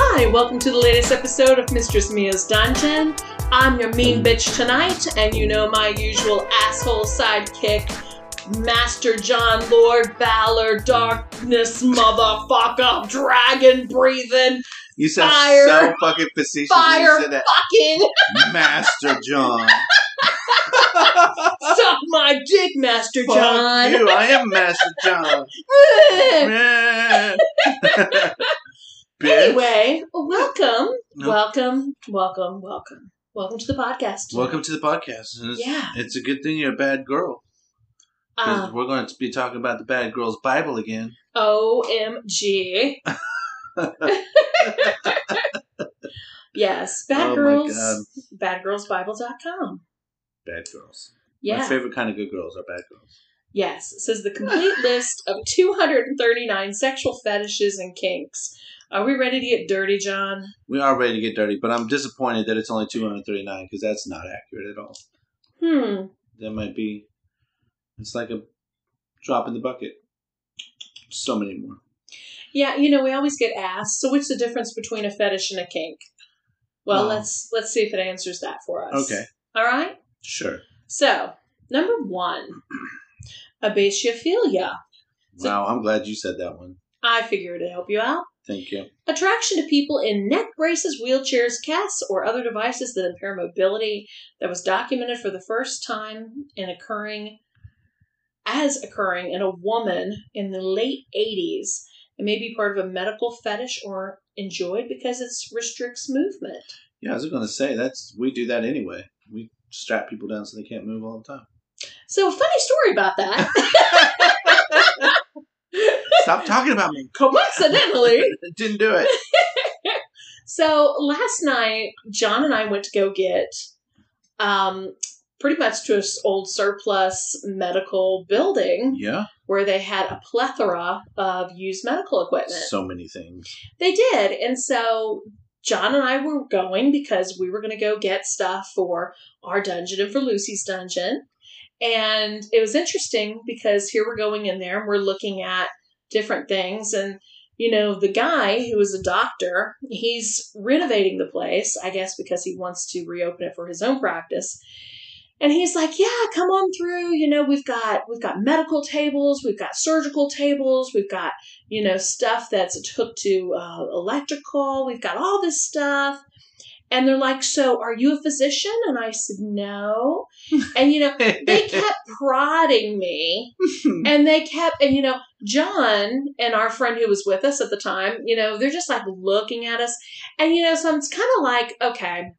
Hi, welcome to the latest episode of Mistress Mia's Dungeon. I'm your mean bitch tonight, and you know my usual asshole sidekick, Master John Lord Valor, Darkness Motherfucker, Dragon Breathing, You sound Fire. so fucking facetious. when Fire You said fucking that. Master John. suck my dick, Master Fuck John. you. I am Master John. Man. Bitch. anyway, welcome, No. welcome, welcome, welcome, welcome to the podcast. Welcome to the podcast. It's, Yeah. it's a good thing you're a bad girl. 'cause Uh, we're going to be talking about the bad girl's Bible again. OMG. yes, bad Oh my God. girls, badgirlsbible.com. Bad girls. Yeah. My favorite kind of good girls are bad girls. Yes, it says the complete list of 239 sexual fetishes and kinks. Are we ready to get dirty, John? We are ready to get dirty, but I'm disappointed that it's only 239 because that's not accurate at all. Hmm. That might be. It's like a drop in the bucket. So many more. Yeah, you know, we always get asked, so what's the difference between a fetish and a kink? Well, Wow. let's let's see if it answers that for us. Okay, All right? sure. So, number 1, abatiophilia. So- wow, I'm glad you said that one. I figured it'd help you out. Thank you. Attraction to people in neck braces, wheelchairs, casts, or other devices that impair mobility that was documented for the first time in occurring as occurring in a woman in the late 80s. It may be part of a medical fetish or enjoyed because it restricts movement. Yeah, I was going to say that's we do that anyway. We strap people down so they can't move all the time. So, funny story about that. Stop talking about me. Coincidentally, Didn't do it. So last night, John and I went to go get um, pretty much to an old surplus medical building Yeah, where they had a plethora of used medical equipment. so many things. They did. And so John and I were going because we were going to go get stuff for our dungeon and for Lucy's dungeon. And it was interesting because here we're going in there and we're looking at different things. And, you know, the guy who is a doctor, he's renovating the place, I guess, because he wants to reopen it for his own practice. And he's like, "Yeah, come on through. You know, we've got we've got medical tables, we've got surgical tables, we've got you know, stuff that's hooked to uh, electrical. We've got all this stuff. And they're like, So are you a physician? And I said, No. And, you know, they kept prodding me Mm-hmm. and they kept, and, you know, John and our friend who was with us at the time, you know, they're just like looking at us. And, you know, so it's kind of like, okay,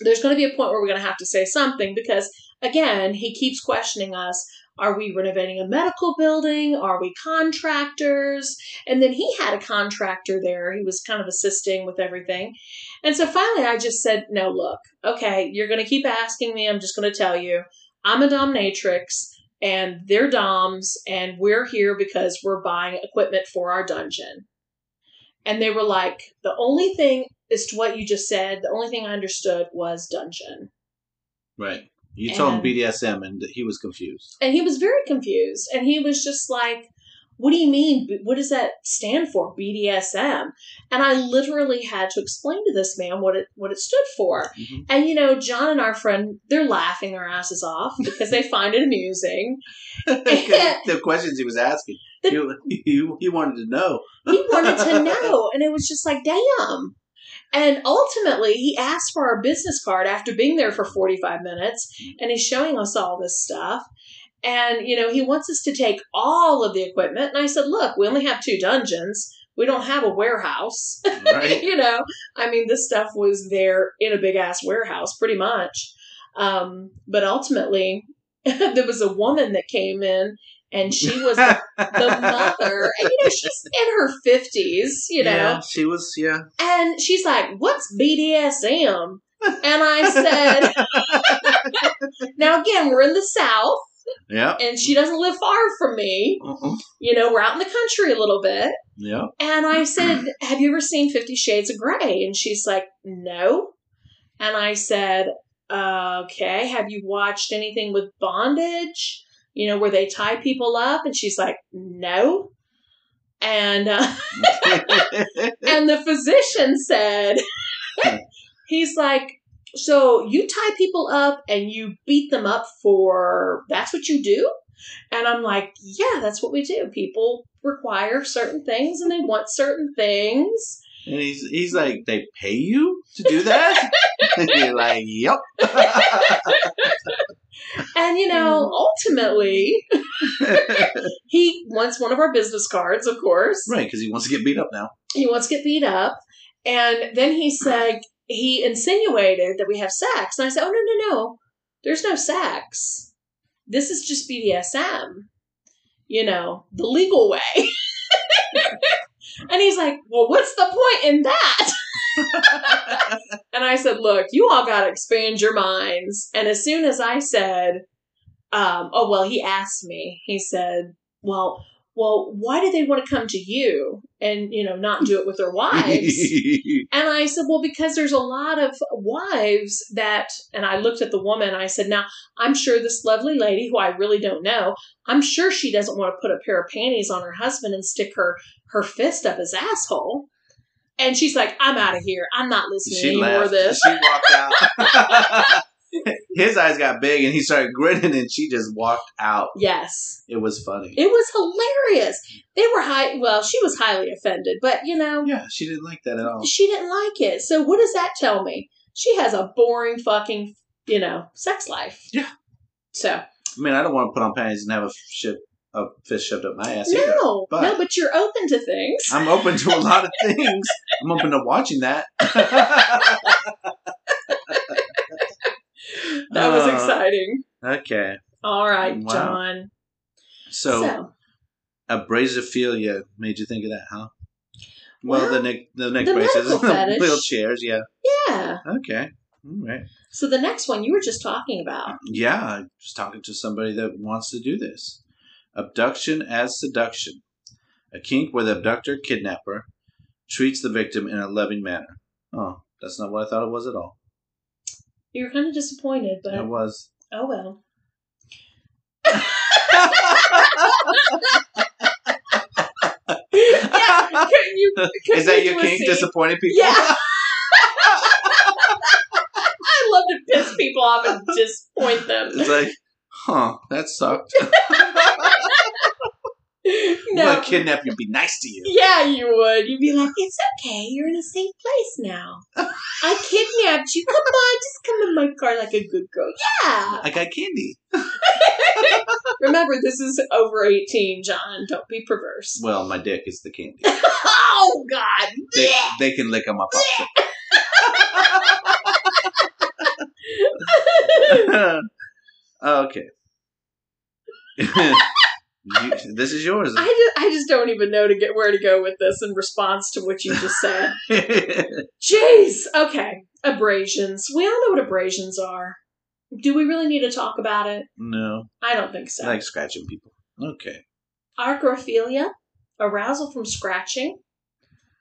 there's going to be a point where we're going to have to say something because, again, he keeps questioning us. Are we renovating a medical building? Are we contractors? And then he had a contractor there. He was kind of assisting with everything. And so finally I just said, no, look, okay, you're going to keep asking me. I'm just going to tell you I'm a dominatrix and they're doms and we're here because we're buying equipment for our dungeon. And they were like, the only thing is to what you just said, the only thing I understood was dungeon. Right. You told him And- BDSM, and he was confused. and he was very confused and he was just like what do you mean B- what does that stand for bdsm and i literally had to explain to this man what it what it stood for Mhm. and you know john and our friend they're laughing their asses off because they find it amusing 'Cause the questions he was asking, he, he, he wanted to know. he wanted to know and it was just like damn and ultimately he asked for our business card after being there for 45 minutes and he's showing us all this stuff and you know he wants us to take all of the equipment and i said look we only have two dungeons we don't have a warehouse Right. you know i mean this stuff was there in a big ass warehouse pretty much um, but ultimately there was a woman that came in and she was the mother and you know she's in her 50s you know Yeah, she was. Yeah. and she's like, What's BDSM? And I said, Now again, we're in the South Yeah. and she doesn't live far from me. Uh-uh. You know, we're out in the country a little bit. Yeah. And I said, Have you ever seen Fifty Shades of Grey? And she's like, No. And I said, Okay, have you watched anything with bondage? You know, where they tie people up? And she's like, No. and uh, and the physician said, he's like, so you tie people up and you beat them up for that's what you do? And I'm like, yeah, that's what we do. People require certain things and they want certain things. And he's he's like, they pay you to do that? and you're like, yep. And you know, ultimately, he wants one of our business cards, of course. right, because he wants to get beat up now. He wants to get beat up. And then he said, he insinuated that we have sex. And I said, oh, no, no, no. There's no sex. This is just BDSM, you know, the legal way. and he's like, well, what's the point in that? and I said, look, you all got to expand your minds. And as soon as I said, um, oh, well, he asked me, he said, well, well, why do they want to come to you and, you know, not do it with their wives? And I said, Well, because there's a lot of wives that, and I looked at the woman, I said, Now, I'm sure this lovely lady who I really don't know, I'm sure she doesn't want to put a pair of panties on her husband and stick her, her fist up his asshole. And she's like, I'm out of here. I'm not listening she anymore laughed. to this. She walked out. His eyes got big and he started grinning and she just walked out. Yes. It was funny. It was hilarious. They were high, well, she was highly offended, but you know, yeah, she didn't like that at all. she didn't like it. So what does that tell me? She has a boring fucking, you know, sex life. Yeah. So I mean, I don't want to put on panties and have a ship a fist shoved up my ass. either. no, but- no, but you're open to things. I'm open to a lot of things. I'm open to watching that. that was Uh, exciting. Okay, All right, wow. John. so, abrasophilia made you think of that, huh? Well, Well, the neck, the neck the braces, medical fetish. wheelchairs. Yeah. yeah. Okay. All right. So the next one you were just talking about. Yeah, I was talking to somebody that wants to do this. Abduction as seduction. A kink where the abductor, kidnapper, treats the victim in a loving manner. Oh, that's not what I thought it was at all. You were kind of disappointed, but It was. oh well. yeah, couldn't you? Couldn't Is that you your do a kink? scene? Disappointing people? Yeah. I love to piss people off and disappoint them. It's like, huh, that sucked. I'm no. gonna kidnap you and be nice to you. Yeah, you would. You'd be like, "It's okay. You're in a safe place now. I kidnapped you. Come on, just come in my car like a good girl." Yeah. I got candy. Remember, this is over 18, John. Don't be perverse. Well, my dick is the candy. oh, God. They, they can lick on my popsicle. okay. You- this is yours. I just, I just don't even know to get where to go with this in response to what you just said. Jeez. Okay. Abrasions. We all know what abrasions are. Do we really need to talk about it? no, I don't think I so. like scratching people. Okay. Argyrophilia, arousal from scratching.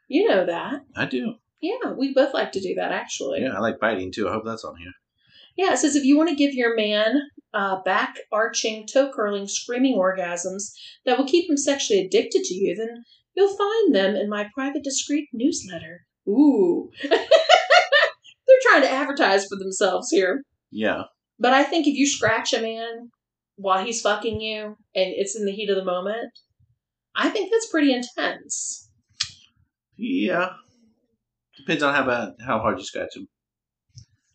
You know that. I do. Yeah, we both like to do that actually. Yeah, I like biting too. I hope that's on here. Yeah, it says if you want to give your man uh, back arching, toe curling, screaming orgasms that will keep him sexually addicted to you, then you'll find them in my private, discreet newsletter. Ooh. They're trying to advertise for themselves here. Yeah. But I think if you scratch a man while he's fucking you and it's in the heat of the moment, I think that's pretty intense. Yeah. Depends on how bad, how hard you scratch them.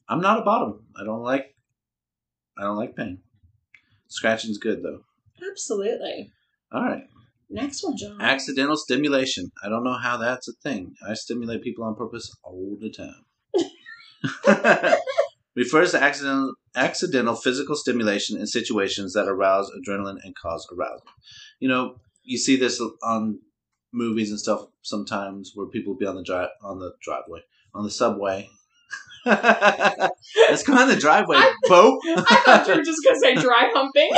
I'm not a bottom. I don't like. I don't like pain. Scratching's good though. Absolutely. All right. Next one, John. Accidental stimulation. I don't know how that's a thing. I stimulate people on purpose all the time. Refers to accidental, accidental physical stimulation in situations that arouse adrenaline and cause arousal. You know, you see this on movies and stuff sometimes where people be on the drive on the driveway on the subway. Let's go on the driveway, I- boat. I thought you were just going to say dry humping.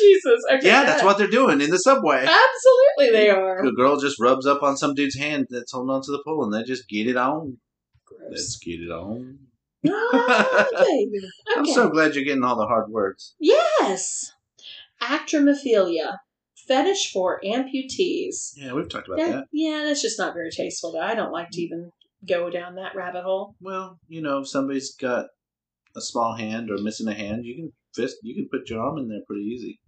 Jesus. Okay. yeah, that's what they're doing in the subway. Absolutely, they are. The girl just rubs up on some dude's hand that's holding onto the pole, and they just get it on. Gross. Let's get it on. Ah, baby. I'm Okay. so glad you're getting all the hard words. yes. Actromophilia, fetish for amputees. Yeah, we've talked about That- that. yeah, that's just not very tasteful. Though I don't like to even go down that rabbit hole. Well, you know, if somebody's got a small hand or missing a hand, you can fist, you can put your arm in there pretty easy.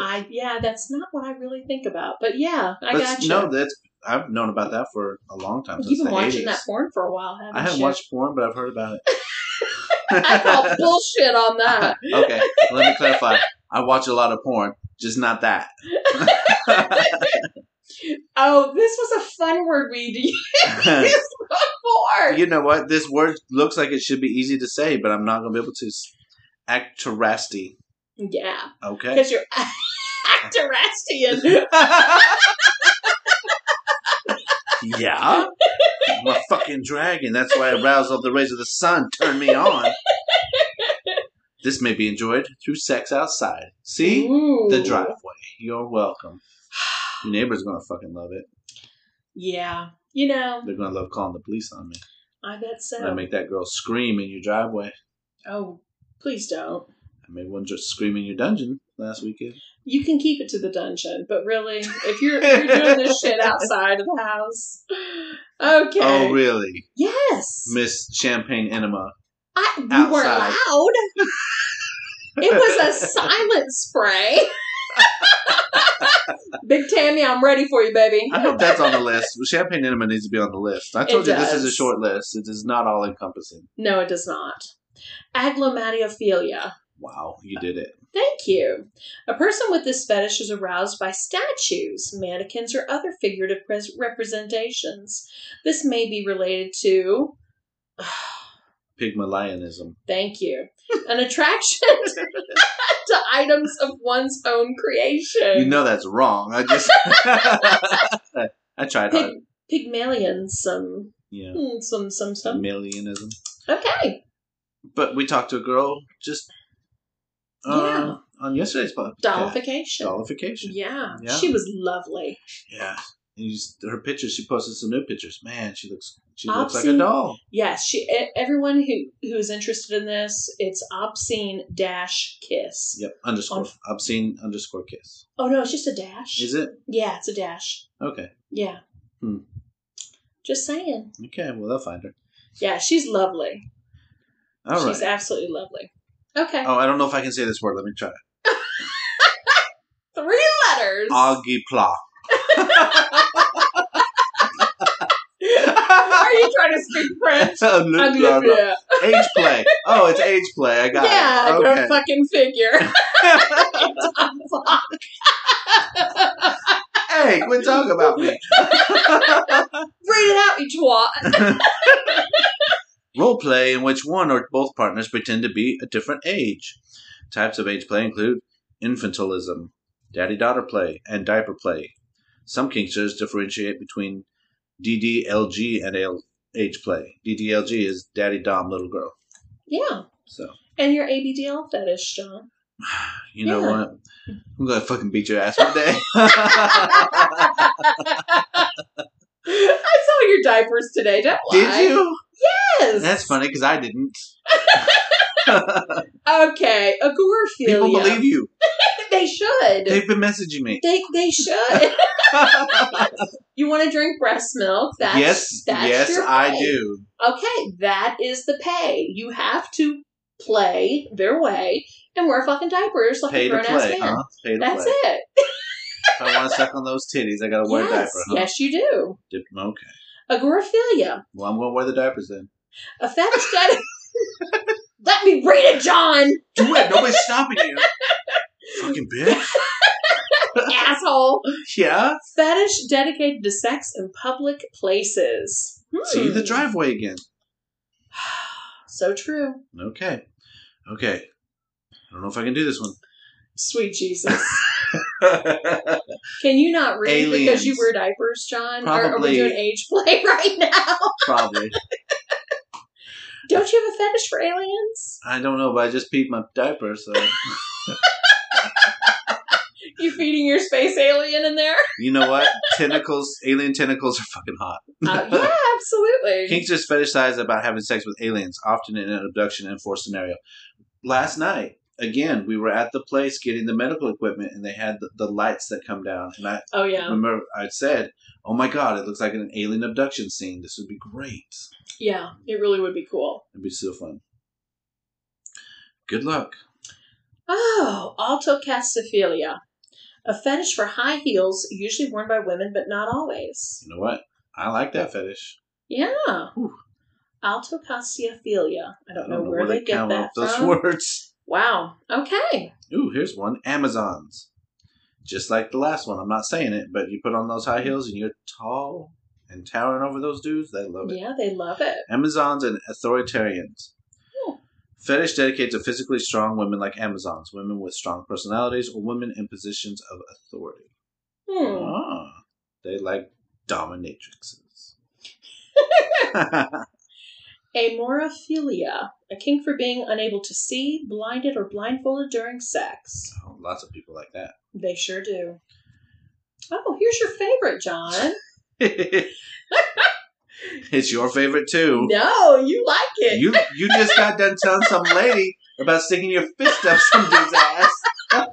I yeah, that's not what I really think about. But yeah, I That's- got you. No, that's I've known about that for a long time. You've since been the watching 80s. that porn for a while, haven't I haven't you? watched porn, but I've heard about I call it. bullshit on that. okay, let me clarify. I watch a lot of porn, just not that. Oh, this was a fun word we used before. you know what? This word looks like it should be easy to say, but I'm not going to be able to. Actorasty. yeah, Okay. because you're actorastian. yeah. I'm a fucking dragon. That's why arousal of the rays of the sun turned me on. This may be enjoyed through sex outside. See? Ooh. The driveway. You're welcome. Your neighbor's going to fucking love it. Yeah, you know, They're going to love calling the police on me. I bet When I so. make that girl scream in your driveway. oh, please don't. I made one just scream in your dungeon last weekend. You can keep it to the dungeon, but really, if you're, if you're doing this shit outside of the house, okay. Oh, really? Yes. Miss Champagne Enema. I, you were Outside. loud. It was a silent spray. Big Tammy, I'm ready for you, baby. I hope that's on the list. Champagne Enema needs to be on the list. I told It you this is a does. short list. It is not all encompassing. No, it does not. Aglomatophilia. Wow, you did it. Thank you. A person with this fetish is aroused by statues, mannequins, or other figurative pres- representations. This may be related to. Pygmalionism. Thank you. An attraction to items of one's own creation. You know that's wrong. I just. I tried hard. Pig- Pygmalion, some Yeah. Hmm, some some stuff. Millionism. Okay. But we talked to a girl just. Uh, On yesterday's podcast. Dollification. Dollification. Yeah. Yeah. She was lovely. Yeah. And you s- her pictures, she posted some new pictures. Man, she looks she looks like a Obscene. doll. Yes, she e- everyone who who is interested in this, it's obscene dash kiss. Yep. Underscore. Oh. Obscene underscore kiss. Oh no, it's just a dash. Is it? Yeah, it's a dash. Okay. Yeah. Hmm. Just saying. Okay. Well, they'll find her. Yeah, she's lovely. All right. She's absolutely lovely. Okay. Oh, I don't know if I can say this word. Let me try. Three letters. Agipla. Are you trying to speak French? I'm gonna- yeah. Age play. Oh, it's age play. I got Yeah, it. go fucking figure. hey, quit talking about me. Read it out, you twat. Role play in which one or both partners pretend to be a different age. Types of age play include infantilism, daddy daughter play, and diaper play. Some kinksters differentiate between DDLG and L- age play. DDLG is daddy dom little girl. Yeah. So, And your ABDL fetish, John. you know Yeah. what? I'm going to fucking beat your ass one day. I saw your diapers today, don't lie. Did you? Yes. That's funny because I didn't. Okay, agoraphobia. People believe you. they should. They They've been messaging me. they, should. you want to drink breast milk? That's, yes, that's yes, your I pay. do. Okay, that is the pay. You have to play their way and wear fucking diapers like Pay a to grown ass play, man. huh? Pay to That's play. it. If I want to suck on those titties, I got to wear a yes, diaper, huh? yes, you do. Dip- Okay. Agoraphilia. Well, I'm going to wear the diapers then. A fetish that. Let me read it, John, Do it. Nobody's stopping you. Fucking bitch. asshole. Yeah. Fetish dedicated to sex in public places. Hmm. See the driveway again. So true. Okay. Okay. I don't know if I can do this one. Sweet Jesus. Can you not read because you Aliens. wear diapers, John? Or are Probably. we doing age play right now? Probably. Don't you have a fetish for aliens? I don't know, but I just peed my diaper, so. You feeding your space alien in there? You know what? Tentacles, alien tentacles are fucking hot. Uh, yeah, absolutely. Kinks just fetishize about having sex with aliens, often in an abduction and forced scenario. Last night, again, we were at the place getting the medical equipment, and they had the, the lights that come down. And I Oh yeah, remember I said, "Oh my God, it looks like an alien abduction scene. This would be great. yeah. It really would be cool. It'd be so fun." Good luck. Oh, altocalciphilia, a fetish for high heels, usually worn by women, but not always. You know what? I like that fetish. Yeah. Whew. Altocalciphilia. I don't, know, where why they get count that off those from. words. Wow. Okay. Ooh, here's one. Amazons. Just like the last one. I'm not saying it, but you put on those high heels and you're tall and towering over those dudes. They love it. Yeah, they love it. Amazons and authoritarians. Hmm. Fetish dedicated to physically strong women like Amazons, women with strong personalities, or women in positions of authority. Hmm. Ah, they like dominatrixes. Oh, Amorophilia, a kink for being unable to see, blinded, or blindfolded during sex. Oh, lots of people like They sure do. Oh, here's your favorite, John. that. it's your favorite too. No, you like it. You you just got done telling some lady about sticking your fist up some dude's ass.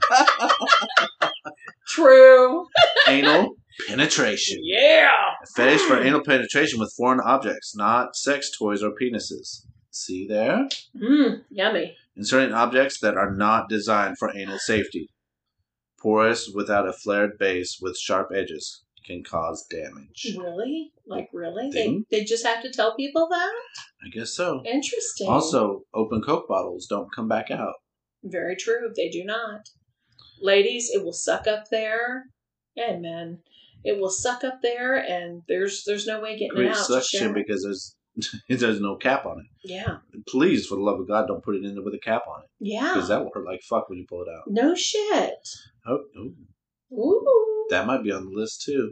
True. Anal penetration. Yeah. A fetish for anal penetration with foreign objects, not sex toys or penises. See there? Mmm, yummy. Inserting objects that are not designed for anal safety. Porous without a flared base with sharp edges can cause damage. Really? Like, really? They, Thing? they just have to tell people that? I guess so. Interesting. Also, open Coke bottles don't come back out. Very true. They do not. Ladies, it will suck up there, and men, it will suck up there, and there's there's no way getting it Create out. suction Sure. because there's there's no cap on it. yeah, Please, for the love of God, don't put it in there with a cap on it yeah. because that will hurt like fuck when you pull it out. no shit. Oh, oh, Ooh, that might be on the list too.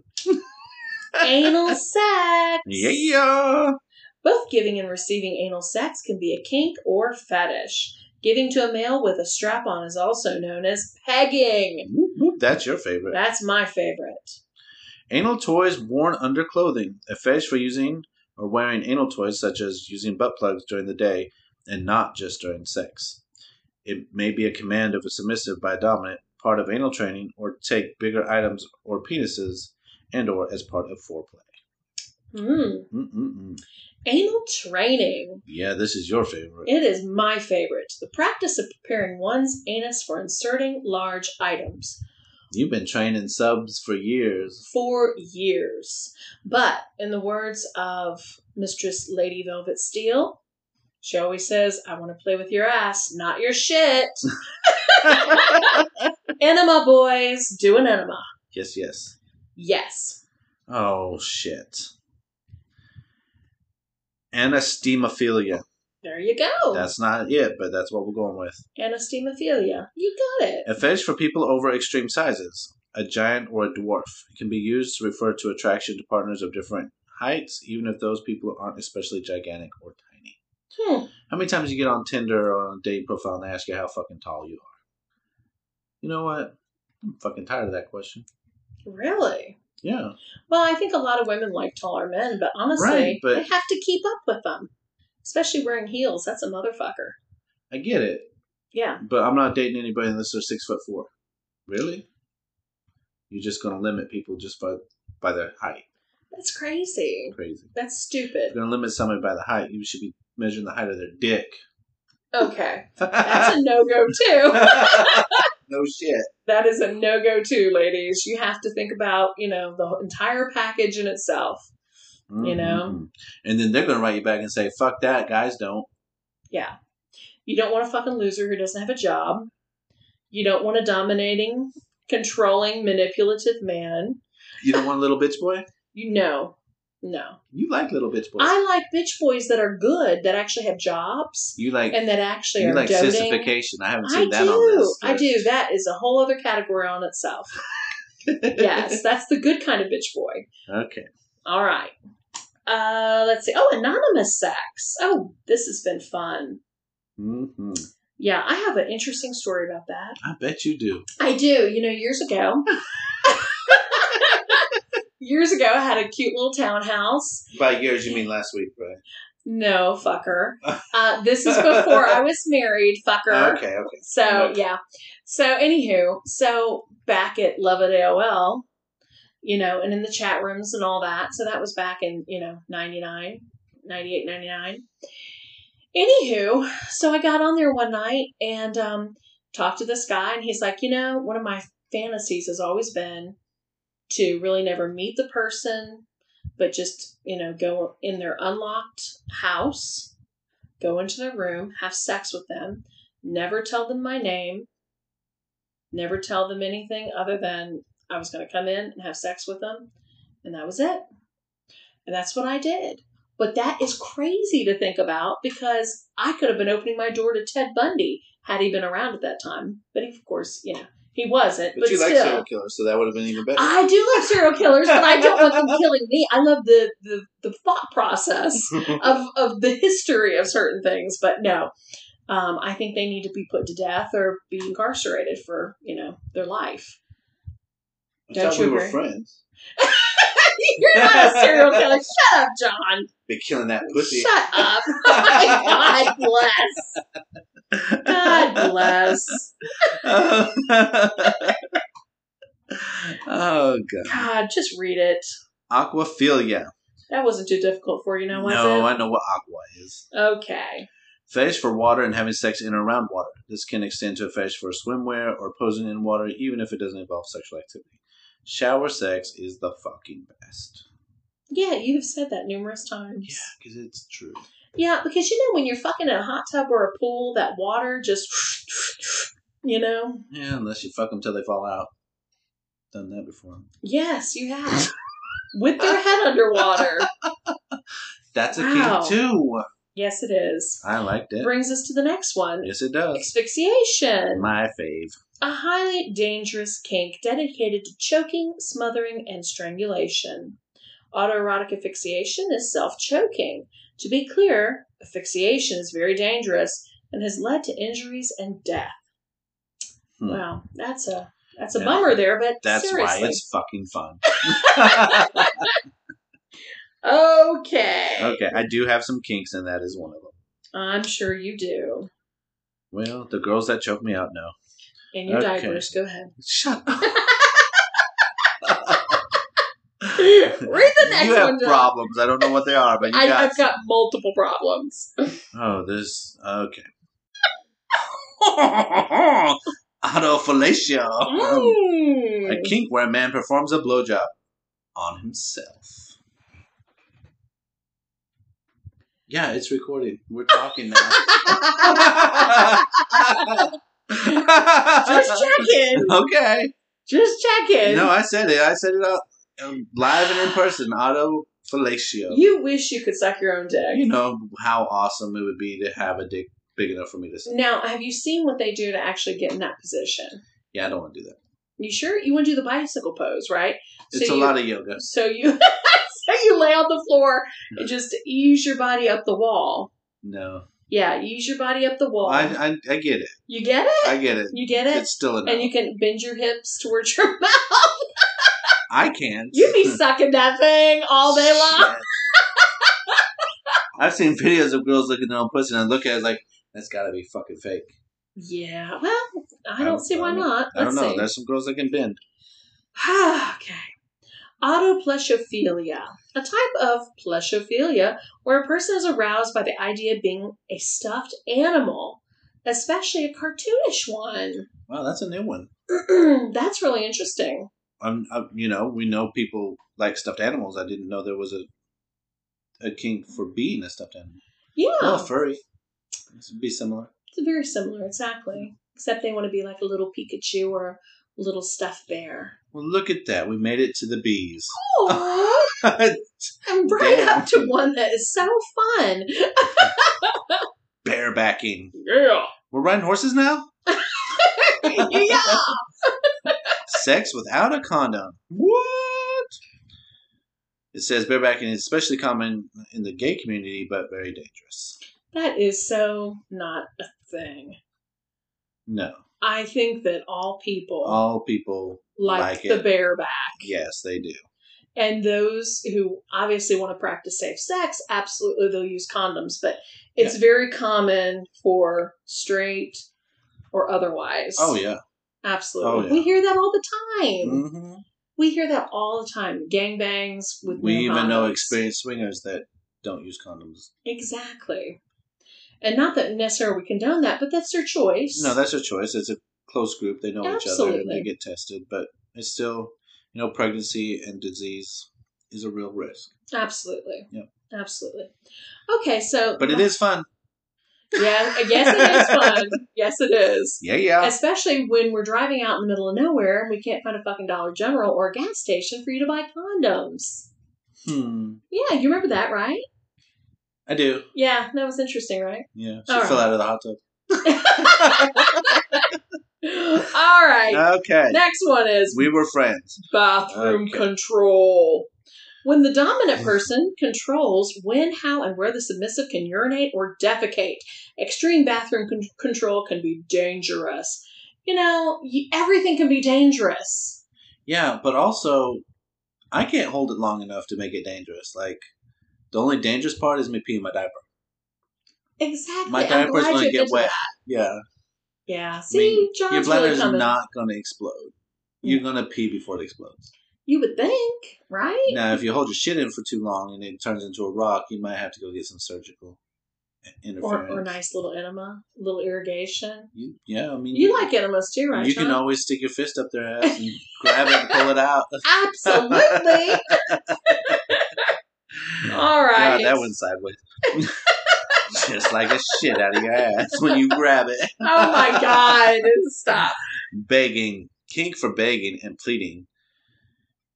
anal sex. Yeah. Both giving and receiving anal sex can be a kink or fetish. Giving to a male with a strap on is also known as pegging. Whoop, whoop. That's your favorite. That's my favorite. Anal toys worn under clothing. A fetish for using or wearing anal toys, such as using butt plugs during the day and not just during sex. It may be a command of a submissive by a dominant, part of anal training, or take bigger items or penises, and or as part of foreplay. Mm. Mm-mm-mm. Anal training. Yeah, this is your favorite. It is my favorite. The practice of preparing one's anus for inserting large items You've been training subs for years. for years. But in the words of Mistress Lady Velvet Steel, she always says, I want to play with your ass, not your shit. enema, boys. Do an enema. Yes, yes. Yes. Oh, shit. Anastemophilia. There you go. That's not it, but that's what we're going with. Anastemophilia. You got it. A fetish for people over extreme sizes, a giant or a dwarf. It can be used to refer to attraction to partners of different heights, even if those people aren't especially gigantic or tiny. Hmm. How many times you get on Tinder or on a dating profile and they ask you how fucking tall you are? You know what? I'm fucking tired of that question. Really? Yeah. Well, I think a lot of women like taller men, but honestly, Right, but- they have to keep up with them. Especially wearing heels. That's a motherfucker. I get it, Yeah. but I'm not dating anybody unless they're six foot four. Really? You're just gonna limit people just by by their height. That's crazy. Crazy. That's If stupid. you're gonna limit somebody by the height, you should be measuring the height of their dick. Okay. That's a no go, too. no shit. That is a no go, too, ladies. You have to think about, you know, the entire package in itself. You know? Mhm. And then they're gonna write you back and say, "Fuck that, guys, don't." Yeah. You don't want a fucking loser who doesn't have a job. You don't want a dominating, controlling, manipulative man. You don't want a little bitch boy. You know. No. You like little bitch boys. I like bitch boys that are good, that actually have jobs, you like and that actually you are like doting. sissification. I haven't I seen that on do. this. I do. That is a whole other category on itself. yes, that's the good kind of bitch boy. Okay. All right. Uh, let's see. Oh, anonymous sex. Oh, this has been fun. hmm Yeah, I have an interesting story about that. I bet you do. I do. You know, years ago, years ago, I had a cute little townhouse. By years, you mean last week, right? No, fucker. Uh, this is before I was married, fucker. Okay, okay. So Okay. yeah. So anywho, so back at Love It AOL, you know, and in the chat rooms and all that. So that was back in, you know, 99, 98, 99. Anywho, so I got on there one night and um talked to this guy and he's like, you know, one of my fantasies has always been to really never meet the person, but just, you know, go in their unlocked house, go into their room, have sex with them, never tell them my name, never tell them anything other than I was going to come in and have sex with them. And that was it. And that's what I did. But that is crazy to think about because I could have been opening my door to Ted Bundy had he been around at that time. But he, of course, you know, he wasn't. But, But, you still. like serial killers, so that would have been even better. I do love serial killers, but I don't want them killing me. I love the the, the thought process of of the history of certain things, but no. Um, I think they need to be put to death or be incarcerated for you know their life. I Don't thought we you were agree? friends. You're not a serial killer. Shut up, John. Be killing that pussy. Shut up. God bless. God bless. oh god. God, just read it. Aquaphilia. That wasn't too difficult for you, now was no, it? I know what aqua is. Okay. Fetish for water and having sex in and around water. This can extend to a fetish for swimwear or posing in water, even if it doesn't involve sexual activity. Shower sex is the fucking best. Yeah, you have said that numerous times. because it's true. Yeah, because you know when you're fucking in a hot tub or a pool, that water just, you know. Yeah, unless you fuck them till they fall out. Done that before. Yes, you have with their head underwater. That's a Wow. kink too. Yes, it is. I liked it. Brings us to the next one: Yes, it does. asphyxiation, My fave. a highly dangerous kink dedicated to choking, smothering, and strangulation. Autoerotic asphyxiation is self-choking. To be clear, asphyxiation is very dangerous and has led to injuries and death. Hmm. Wow, that's a that's a Yeah. bummer there, but That's seriously. why it's fucking fun. Okay. okay, I do have some kinks, and that is one of them. I'm sure you do. Well, the girls that choke me out know. And your Okay. diapers, go ahead. Shut up. Read the next you have one. John. problems. I don't know what they are, but you I, got. I've got multiple problems. Oh, this. Okay. Oh. Autofellatio. Hmm. A Mm. kink where a man performs a blowjob on himself. Yeah, it's recording. We're talking now. Just checking. okay. Just checking. No, I said it. I said it out um, live and in person. Auto fellatio. You, you wish you could suck your own dick. know how awesome it would be to have a dick big enough for me to. Suck. Now, have you seen what they do to actually get in that position? Yeah, I don't want to do that. You sure? You want to do the bicycle pose, right? It's a you, lot of yoga. So you, so you lay on the floor and just ease your body up the wall. No, Yeah, ease your body up the wall. I, I I get it. you get it? I get it. You get it? It's still enough. and you can bend your hips towards your mouth. I can't. You'd be sucking that thing all day long. Shit. I've seen videos of girls looking at their own pussy and I look at it like that's got to be fucking fake. Yeah. Well, I I don't don't- see why I don't- not. I don't Let's know. see. There's some girls that can bend. okay. Autoplesiophilia, a type of plesiophilia where a person is aroused by the idea of being a stuffed animal, especially a cartoonish one. Wow, that's a new one. That's really interesting. I'm, i you know, we know people like stuffed animals. I didn't know there was a a kink for being a stuffed animal. Yeah. Oh, furry. This would be similar. It's very similar, exactly. Except they want to be like a little Pikachu or a little stuffed bear. Well, look at that. We made it to the bees. Aw. I'm right Damn. up to one that is so fun. Barebacking. Yeah. We're riding horses now. yeah. Sex without a condom. What? It says barebacking is especially common in the gay community, but very dangerous. That is so not a thing. No, I think that all people all people like, like the it. bareback. Yes, they do. And those who obviously want to practice safe sex, absolutely they'll use condoms. But it's very common for straight or otherwise. Oh yeah. Absolutely. Oh, yeah. We hear that all the time. hmm We hear that all the time. Gangbangs with We no even know condoms. experienced swingers that don't use condoms. Exactly. And not that necessarily we condone that, but that's their choice. No, that's a choice. It's a close group. They know each other and Absolutely. they get tested, but it's still, you know, pregnancy and disease is a real risk. Absolutely. Yep. Absolutely. Okay, so But it is fun. Yeah, yes it is fun. Yes it is. Yeah, yeah. Especially when we're driving out in the middle of nowhere and we can't find a fucking Dollar General or a gas station for you to buy condoms. Hmm. Yeah, you remember that, right? I do. Yeah, that was interesting, right? Yeah. She All right. fell out of the hot All right. tub. okay. Next one is We were friends. bathroom Okay. control. When the dominant person controls when, how, and where the submissive can urinate or defecate, extreme bathroom con- control can be dangerous. You know, y- everything can be dangerous. Yeah, but also, I can't hold it long enough to make it dangerous. Like, the only dangerous part is me peeing my diaper. Exactly. My I'm diaper's glad you going to admitted get wet. that. Yeah. Yeah. I mean, See, John's Your bladder's really coming. not going to explode. You're going to pee before it explodes. You would think, right? Now, if you hold your shit in for too long and it turns into a rock, you might have to go get some surgical Or, interference. or nice little enema, little irrigation. You, yeah, I mean, You like enemas too, right? you John? can always stick your fist up their ass and grab it and pull it out. Absolutely. All right. Oh, God, that went sideways. Just like a shit out of your ass when you grab it. oh my god stop Begging, kink for begging and pleading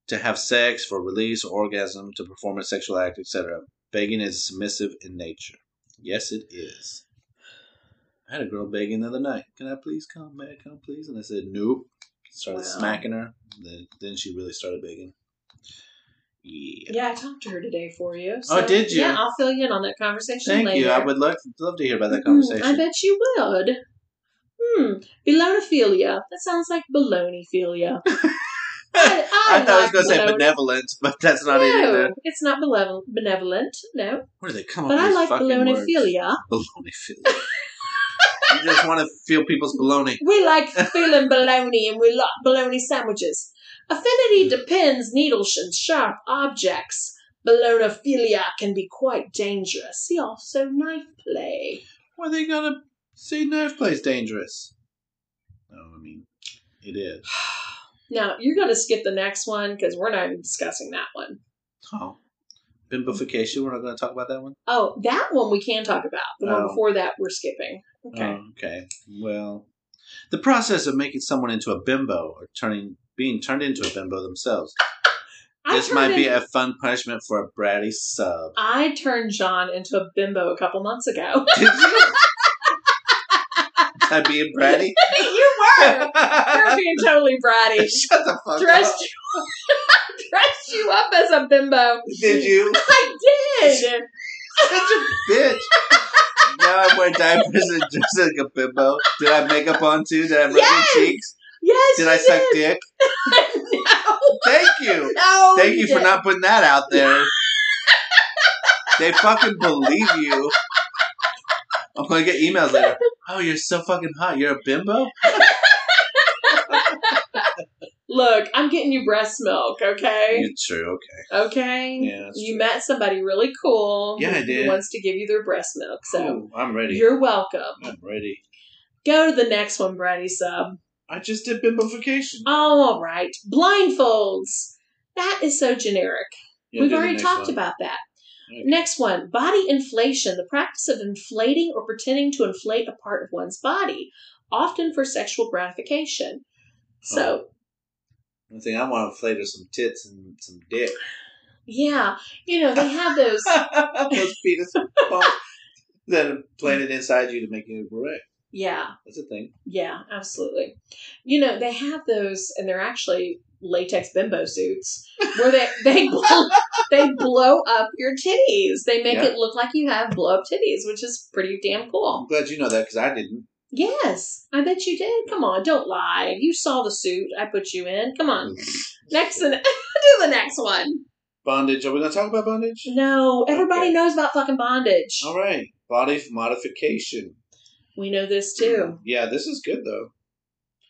to have sex, for release, or orgasm, to perform a sexual act, etc. Begging is submissive in nature. Yes, it is. I had a girl begging the other night. Can I please come? May I come, please? And I said, nope. Started Wow. smacking her. Then, then she really started begging. Yeah. yeah i talked to her today for you Oh, did you? yeah i'll fill you in on that conversation Thank later. you. I would love, love to hear about that Mm, conversation. i bet you would hmm balonophilia that sounds like baloneyphilia I, I thought I was like going to say baloney. benevolent, but that's not it either. no, it's not belevol- benevolent, no. Where do they come But up I with like these fucking words? balonophilia. Baloneyphilia. you just want to feel people's baloney. We like feeling baloney and we like baloney sandwiches. Affinity Mm. depends needles and sharp objects. Balonophilia can be quite dangerous. See also knife play. Why are they going to say knife play's dangerous? No, I mean, it is. Now you're gonna skip the next one because we're not even discussing that one. Oh. Bimbofication, we're not going to talk about that one? Oh, that one we can talk about. The one Oh. before that we're skipping. Okay. Oh, okay. Well, the process of making someone into a bimbo or turning being turned into a bimbo themselves. I this turned might be in- a fun punishment for a bratty sub. I turned John into a bimbo a couple months ago. Did you? I being bratty? you were. You're being totally bratty. Shut the fuck Dressed up. you, dressed you up as a bimbo. Did you? I did. Such a bitch. now I wear diapers and dress like a bimbo. Did I makeup on too? Did I rub Yes. your cheeks? Yes. Did you I suck dick? no. Thank you. No. Thank you for didn't. not putting that out there. they fucking believe you. I'm gonna get emails later. Oh, you're so fucking hot. You're a bimbo? Look, I'm getting you breast milk, okay? You're true, okay. Okay. Yeah, that's you met somebody really cool. Yeah, I who did. Wants to give you their breast milk, so Ooh, I'm ready. you're welcome. I'm ready. Go to the next one, Brady sub. I just did bimbofication. Oh, all right. Blindfolds. That is so generic. Yeah, We've do the already next talked one. about that. Okay. Next one body inflation, the practice of inflating or pretending to inflate a part of one's body, often for sexual gratification. So, Oh. One thing I want to flavor some tits and some dick. yeah, you know, they have those. Those penis bumps that are planted inside you to make you erect. yeah, That's a thing. yeah, absolutely. You know, they have those, and they're actually latex bimbo suits where they they blow, they blow up your titties. They make Yeah. it look like you have blow up titties, which is pretty damn cool. I'm glad you know that because I didn't. Yes, I bet you did. Come on, don't Mm-hmm. lie. You saw the suit I put you in. Come on. Next, the- do the next one. Bondage. Are we going to talk about bondage? No, everybody Okay. knows about fucking bondage. All right. Body modification. We know this too. Yeah, this is good though.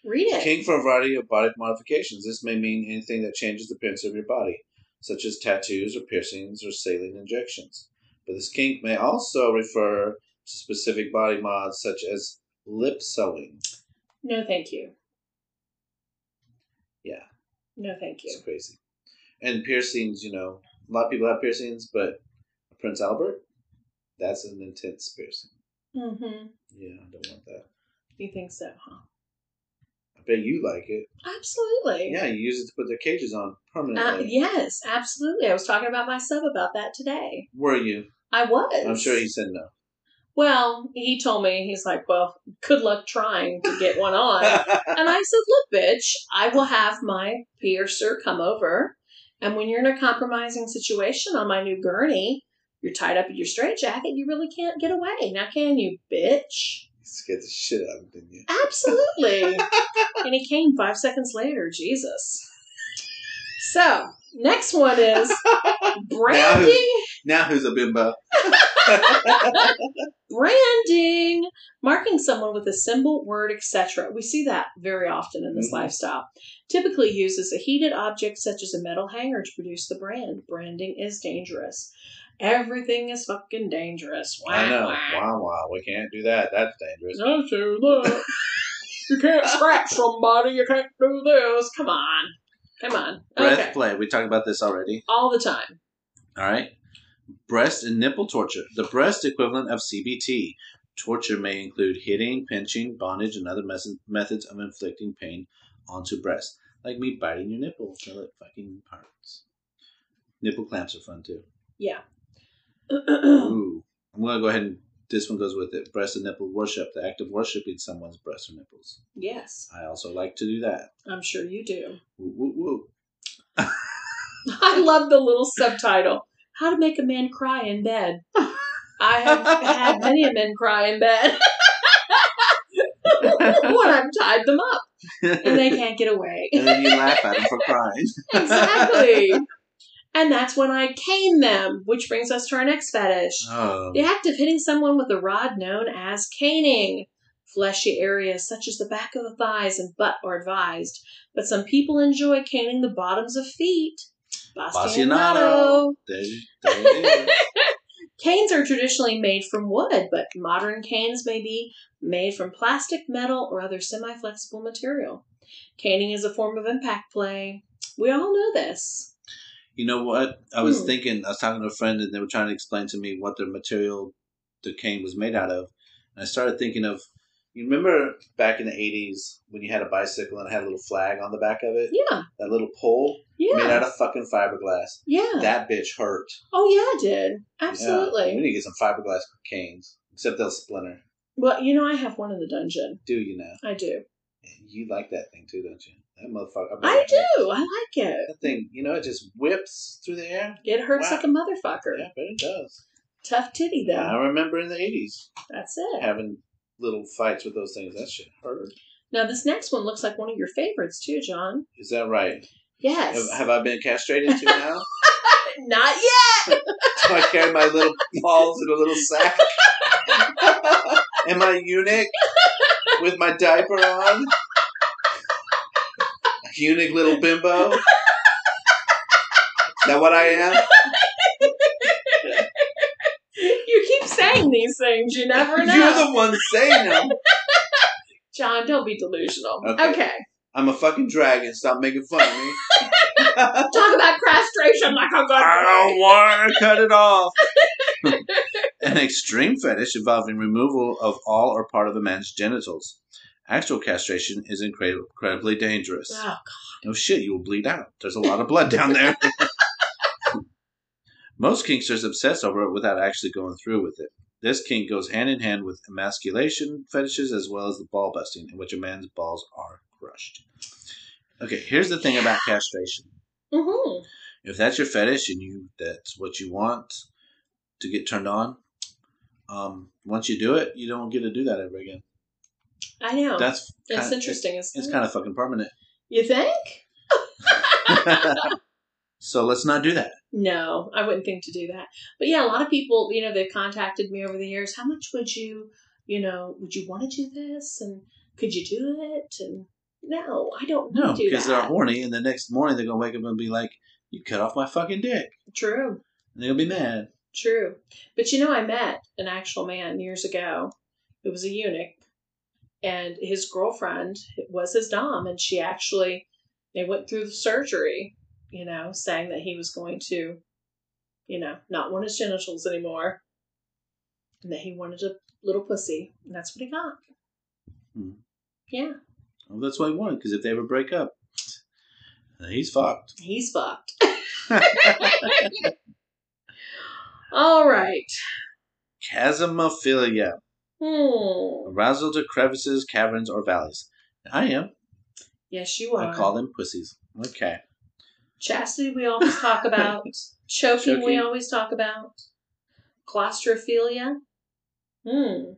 Read it. King for a variety of body modifications. This may mean anything that changes the appearance of your body, such as tattoos or piercings or saline injections. But this kink may also refer to specific body mods such as lip sewing. No, thank you. Yeah. No, thank you. It's crazy. And piercings, you know, a lot of people have piercings, but Prince Albert, that's an intense piercing. Mm-hmm. Yeah, I don't want that. You think so, huh? I bet you like it. Absolutely. Yeah, you use it to put their cages on Uh, permanently. yes, absolutely. I was talking about my sub about that today. Were you? I was. I'm sure he said no. Well, he told me he's like, well, good luck trying to get one on. and I said, look, bitch, I will have my piercer come over, and when you're in a compromising situation on my new gurney, you're tied up in your straitjacket. You really can't get away now, can you, bitch? scared the shit out of him, didn't you? Absolutely. and he came five seconds later. Jesus. So, next one is branding. Now who's a bimbo? Branding. Marking someone with a symbol, word, etc. We see that very often in this Mhm. lifestyle. Typically uses a heated object such as a metal hanger to produce the brand. Branding is dangerous. Everything is fucking dangerous. Wow. I know. Wow, wow. We can't do that. That's dangerous. Don't you look. you can't scratch somebody. You can't do this. Come on. Come on. Breath Okay. play. We talked about this already. All the time. All right. Breast and nipple torture. The breast equivalent of CBT. Torture may include hitting, pinching, bondage, and other mes- methods of inflicting pain onto breasts, like me biting your nipple till it fucking hurts. Nipple clamps are fun too. Ooh. I'm going to go ahead and this one goes with it. Breast and nipple worship. The act of worshiping someone's breasts or nipples. yes, I also like to do that. I'm sure you do. Woo, woo, woo. I love the little subtitle How to Make a Man Cry in Bed. I have had many a men cry in bed when I've tied them up and and they can't get away. then you laugh at him for crying. exactly. And that's when I cane them, which brings us to our next fetish. Oh, The act of hitting someone with a rod known as caning. Fleshy areas such as the back of the thighs and butt are advised, but some people enjoy caning the bottoms of feet. Bastionato. Bastionato. there, there it is. Canes are traditionally made from wood, but modern canes may be made from plastic, metal, or other semi flexible material. Caning is a form of impact play. We all know this. You know what? I was Hmm. thinking, I was talking to a friend, and they were trying to explain to me what the material the cane was made out of. And I started thinking of, you remember back in the 80s when you had a bicycle and it had a little flag on the back of it? Yeah, That little pole made yeah. out of fucking fiberglass. Yeah. uh, That bitch hurt. Oh, yeah, it did. Yeah. Absolutely. We need to get some fiberglass canes, except they'll splinter. Well, you know, I have one in the dungeon. Do you now? I do. You like that thing too, don't you? That motherfucker. bet I that thing- do. I like it. That thing, you know, it just whips through the air. It hurts Wow. like a motherfucker. Yeah, but it does. Tough titty though. I remember in the eighties That's it. having little fights with those things. That shit hurt. Now this next one looks like one of your favorites too, John. Is that right? Yes. Have, have I been castrated too now? Not yet. Do I carry my little balls in a little sack? Am I eunuch with my diaper on? eunuch little bimbo? Is that what I am? You keep saying these things. You never know. You're the one saying them. John, don't be delusional. Okay. Okay. I'm a fucking dragon. Stop making fun of me. Talk about castration like I'm I going. don't want to cut it off. An extreme fetish involving removal of all or part of a man's genitals. Actual castration is incre- incredibly dangerous. Oh, No shit, you will bleed out. There's a lot of blood down there. Most kinksters obsess over it without actually going through with it. This kink goes hand in hand with emasculation fetishes as well as the ball busting, in which a man's balls are crushed. Okay, here's the thing about castration. mm-hmm. If that's your fetish and you that's what you want to get turned on, um, once you do it, you don't get to do that ever again. I know. That's it's kinda- interesting. It's, It's kind of fucking permanent. you think? So let's not do that. No, I wouldn't think to do that. But yeah, a lot of people, you know, they've contacted me over the years. How much would you, you know, would you want to do this? And could you do it? And no, I don't No, want to do because that. they're horny, and the next morning they're gonna wake up and be like, "You cut off my fucking dick," True, and they'll be mad. true. But you know, I met an actual man years ago who was a eunuch, and his girlfriend was his dom, and she actually they went through the surgery, you know, saying that he was going to, you know, not want his genitals anymore, and that he wanted a little pussy, and that's what he got. Hmm. Yeah, Well, that's what he wanted. Because if they ever break up, he's fucked. he's fucked. All right. Chasmophilia, Hmm. arousal to crevices, caverns, or valleys. I am. Yes, you are. I call them pussies. Okay. Chastity, we always talk about. Choking, we Choking. always talk about. Claustrophilia. Hmm.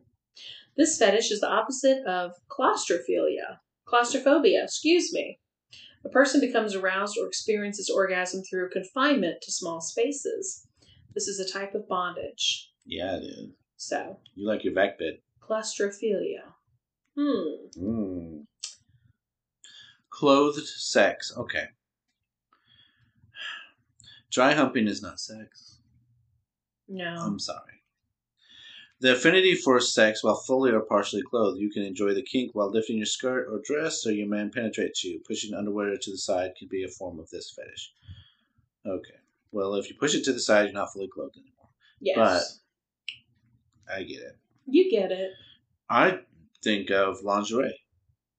This fetish is the opposite of claustrophilia. Claustrophobia, excuse me. A person becomes aroused or experiences orgasm through confinement to small spaces. This is a type of bondage. Yeah, dude. So, You like your back bed. claustrophilia. Hmm. Mm. Clothed sex. Okay. Dry humping is not sex. No. I'm sorry. The affinity for sex while fully or partially clothed. You can enjoy the kink while lifting your skirt or dress so your man penetrates you. Pushing underwear to the side can be a form of this fetish. Okay. Well, if you push it to the side, you're not fully clothed anymore. yes. I get it. you get it. I think of lingerie.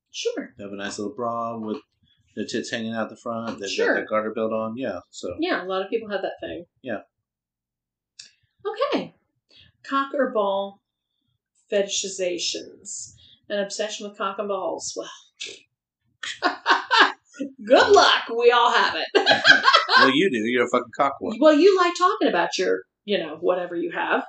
Sure. They have a nice little bra with their tits hanging out the front. They've Sure. got their garter belt on. Yeah. So Yeah, a lot of people have that thing. Yeah. Okay. Cock or ball fetishizations. An obsession with cock and balls. Well, good luck. We all have it. well, you do. You're a fucking cockworm. Well, you like talking about your, you know, whatever you have.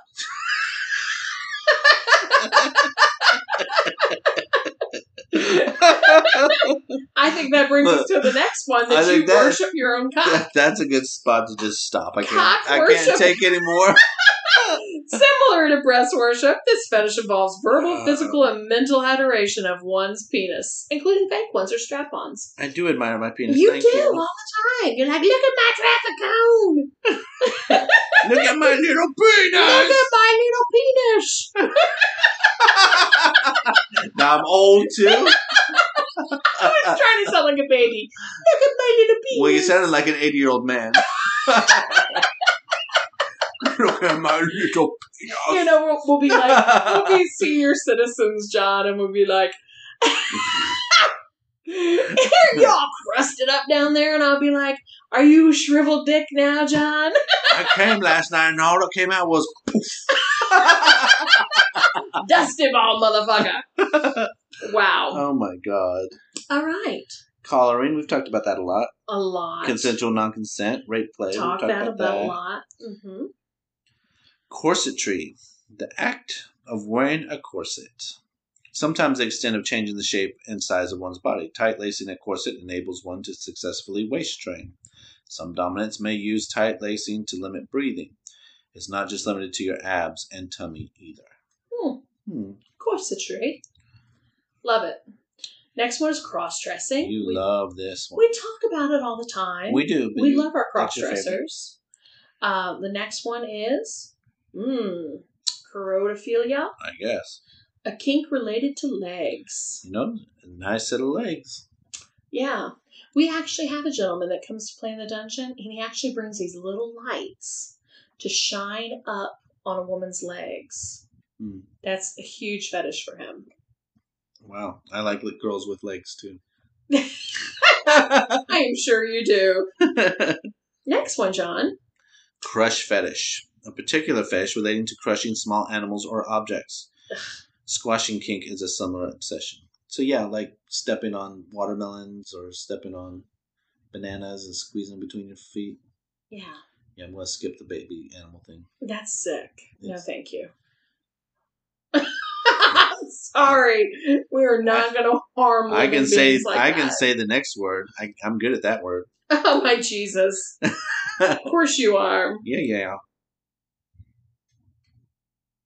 I think that brings us to the next one I that you think that- worship your own cock. That's a good spot to just stop. I can't. Cock I worship. can't take anymore. Similar to breast worship, this fetish involves verbal, Uh. physical, and mental adoration of one's penis, including fake ones or strap ons. I do admire my penis. you Thank do you. all the time. You're like, look at my traffic cone. Look at my little Look penis. at my little penis. now I'm old too. I was trying to sound like a baby. Look at my little penis. Well, you sounded like an 80 year old man. Look at my little You know, we'll, we'll be like, we'll penis. be senior citizens, John, and we'll be like, you're all crusted up down there, and I'll be like, are you a shriveled dick now, John? I came last night and all that came out was Dust him all, motherfucker. wow. Oh my god. All right. Collaring, we've talked about that a lot. A lot. Consensual non consent, rape play. we've Talk talked that about about a that. lot. hmm Corsetry, the act of wearing a corset. Sometimes the extent of changing the shape and size of one's body. Tight lacing a corset enables one to successfully waist train. Some dominants may use tight lacing to limit breathing. It's not just limited to your abs and tummy either. Hmm. Hmm. Corsetry. Love it. Next one is cross dressing. You We, love this one. we talk about it all the time. We do. but We you- love our cross that's your favorite. dressers. Uh, the next one is mm, corotophilia, I guess. a kink related to legs. You know, a nice set of legs. Yeah. We actually have a gentleman that comes to play in the dungeon, and he actually brings these little lights to shine up on a woman's legs. Hmm. That's a huge fetish for him. Wow. I like li- girls with legs too. I am sure you do. Next one, John. Crush fetish, a particular fetish relating to crushing small animals or objects. Squashing kink is a similar obsession. So yeah, like stepping on watermelons or stepping on bananas and squeezing between your feet. Yeah, Yeah, I'm gonna skip the baby animal thing. that's sick. No, Yes. thank you. Sorry, we are not going to harm. I living can say beings like I can that. say the next word. I, I'm good at that word. Oh my Jesus. of course you are. Yeah, yeah.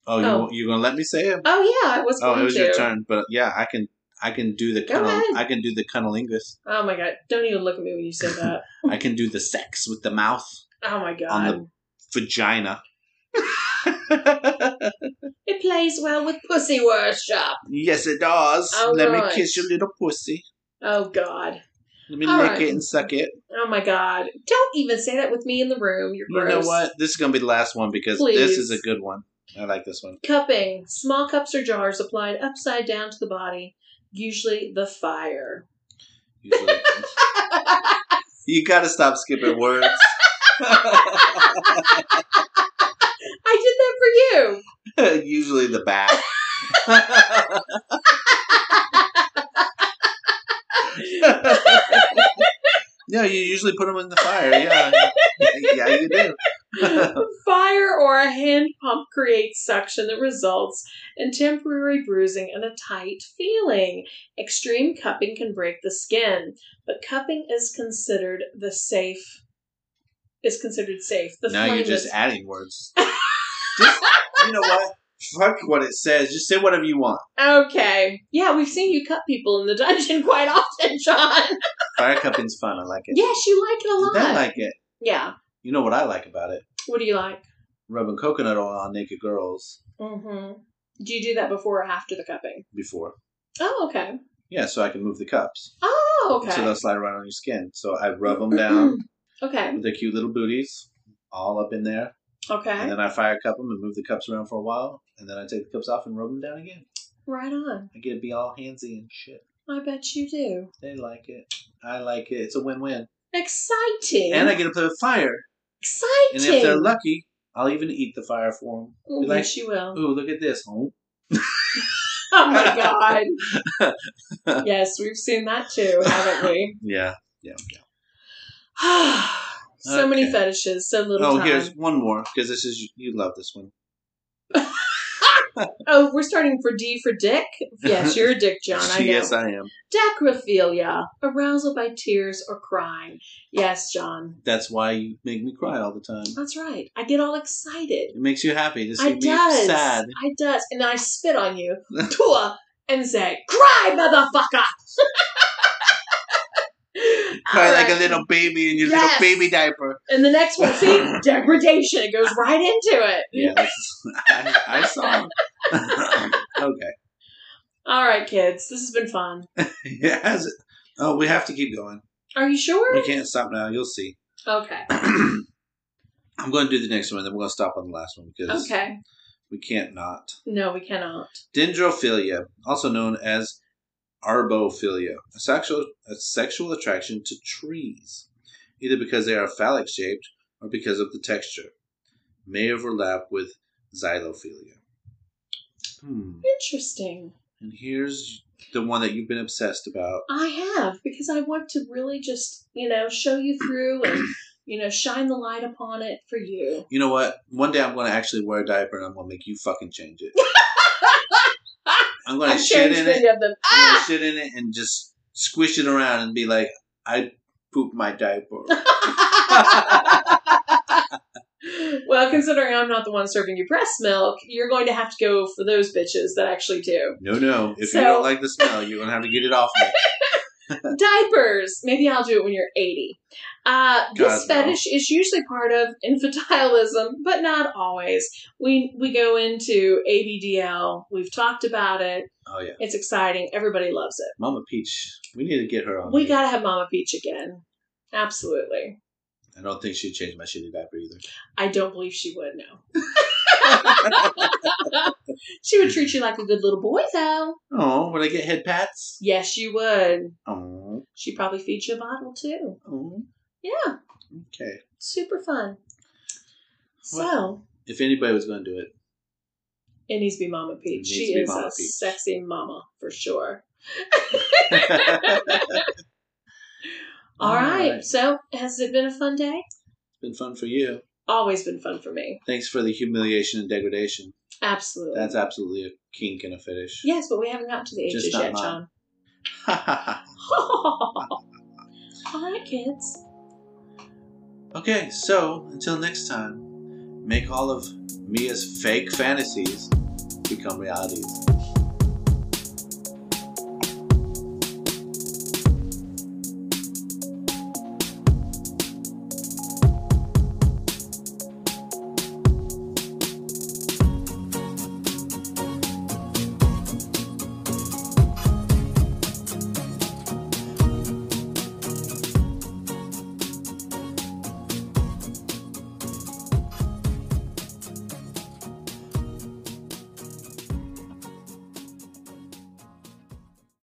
Oh, Oh. you you gonna let me say it? Oh yeah, I was Oh, going it was to. your turn, but yeah, I can I can do the Go ahead. cunnilingus. I can do the cunnilingus. Oh my god. Don't even look at me when you say that. I can do the sex with the mouth Oh my god. On vagina. It plays well with pussy worship. yes, it does. All Let right. me kiss your little pussy. Oh god. Let me All lick right. it and suck it. Oh my god. Don't even say that with me in the room. You're You gross. know what? This is gonna be the last one because this Please. is a good one. I like this one. Cupping. Small cups or jars applied upside down to the body, usually the fire. Usually. you gotta stop skipping words. I did that for you. Usually the back. no, you usually put them in the fire. Yeah, yeah, you do. Fire or a hand pump creates suction that results in temporary bruising and a tight feeling. Extreme cupping can break the skin, but cupping is considered the safe. Is considered safe. The now flame you're just is- adding words. Just- you know what? Fuck what it says. Just say whatever you want. okay. Yeah, we've seen you cut people in the dungeon quite often, John. Fire cupping's fun. I like it. Yes, you like it a lot. I like it. yeah. You know what I like about it? What do you like? Rubbing coconut oil on naked girls Mm-hmm. Do you do that before or after the cupping? before. Oh, okay. Yeah, so I can move the cups. Oh, So okay. they'll slide right on your skin. So I rub them down. okay. with their cute little booties all up in there. Okay. And then I fire cup them and move the cups around for a while. And then I take the cups off and rub them down again. Right on. I get to be all handsy and shit. I bet you do. They like it. I like it. It's a win win. Exciting. And I get to play with fire. Exciting. And if they're lucky, I'll even eat the fire for them. Oh, be like- yes, you will. Ooh, look at this. Oh, Oh my god. yes, we've seen that too, haven't we? Yeah. Yeah. yeah. so many Okay. fetishes, so little Oh, time. here's one more because this is you love this one. Oh, we're starting for D for dick. Yes, you're a dick, John. I know. yes, I am. Dacrophilia, arousal by tears or crying. Yes, John. That's why you make me cry all the time. That's right. I get all excited. It makes you happy to see I me does. sad. I does. And I spit on you, tour, and say, "Cry, motherfucker!" Cry All like right. a little baby in your Yes. little baby diaper. And the next one, see, degradation. It goes right into it. Yeah, that's- I, I saw. him. okay. All right, kids, this has been fun. It has. Oh, we have to keep going. Are you We sure? can't stop now. You'll see. Okay. I'm going to do the next one, then we're going to stop on the last one because Okay. we can't not. No, we cannot. Dendrophilia, also known as arbophilia, a sexual a sexual attraction to trees, either because they are phallic shaped or because of the texture, may overlap with xylophilia. Hmm. Interesting. And here's the one that you've been obsessed about. I have because I want to really just you know show you through and you know shine the light upon it for you. You know what? One day I'm going to actually wear a diaper and I'm going to make you fucking change it. I'm going I to shit changed in it. many of them. I'm going Ah! to shit in it and just squish it around and be like, I pooped my diaper. Ah! well, considering I'm not the one serving you breast milk, you're going to have to go for those bitches that actually do. no, no. If So- you don't like the smell, you're going to have to get it off me. Diapers. Maybe I'll do it when you're 80. Uh, this God, no. fetish is usually part of infantilism, but not always. We we go into ABDL. We've talked about it. Oh, yeah. It's exciting. Everybody loves it. Mama Peach. We need to get her on. We here. gotta have Mama Peach again. Absolutely. I don't think she'd change my shitty diaper either. I don't believe she would, no. she would treat you like a good little boy, though. Oh, would I get head pats? Yes, you would. Oh, She'd probably feed you a bottle, too. oh. Yeah, Okay. super fun. So, Well- If anybody was going to do it, it needs to be Mama Peach. It needs She to be is Mama a Peach. sexy mama for sure. it's All All right. right. So, has it been a fun day? been fun for you. Always been fun for me. Thanks for the humiliation and degradation. Absolutely. That's absolutely a kink and a fetish. yes, but we haven't gotten to the Just ages not yet, mine. John. All right, kids. Okay, so until next time, make all of Mia's fake fantasies become realities.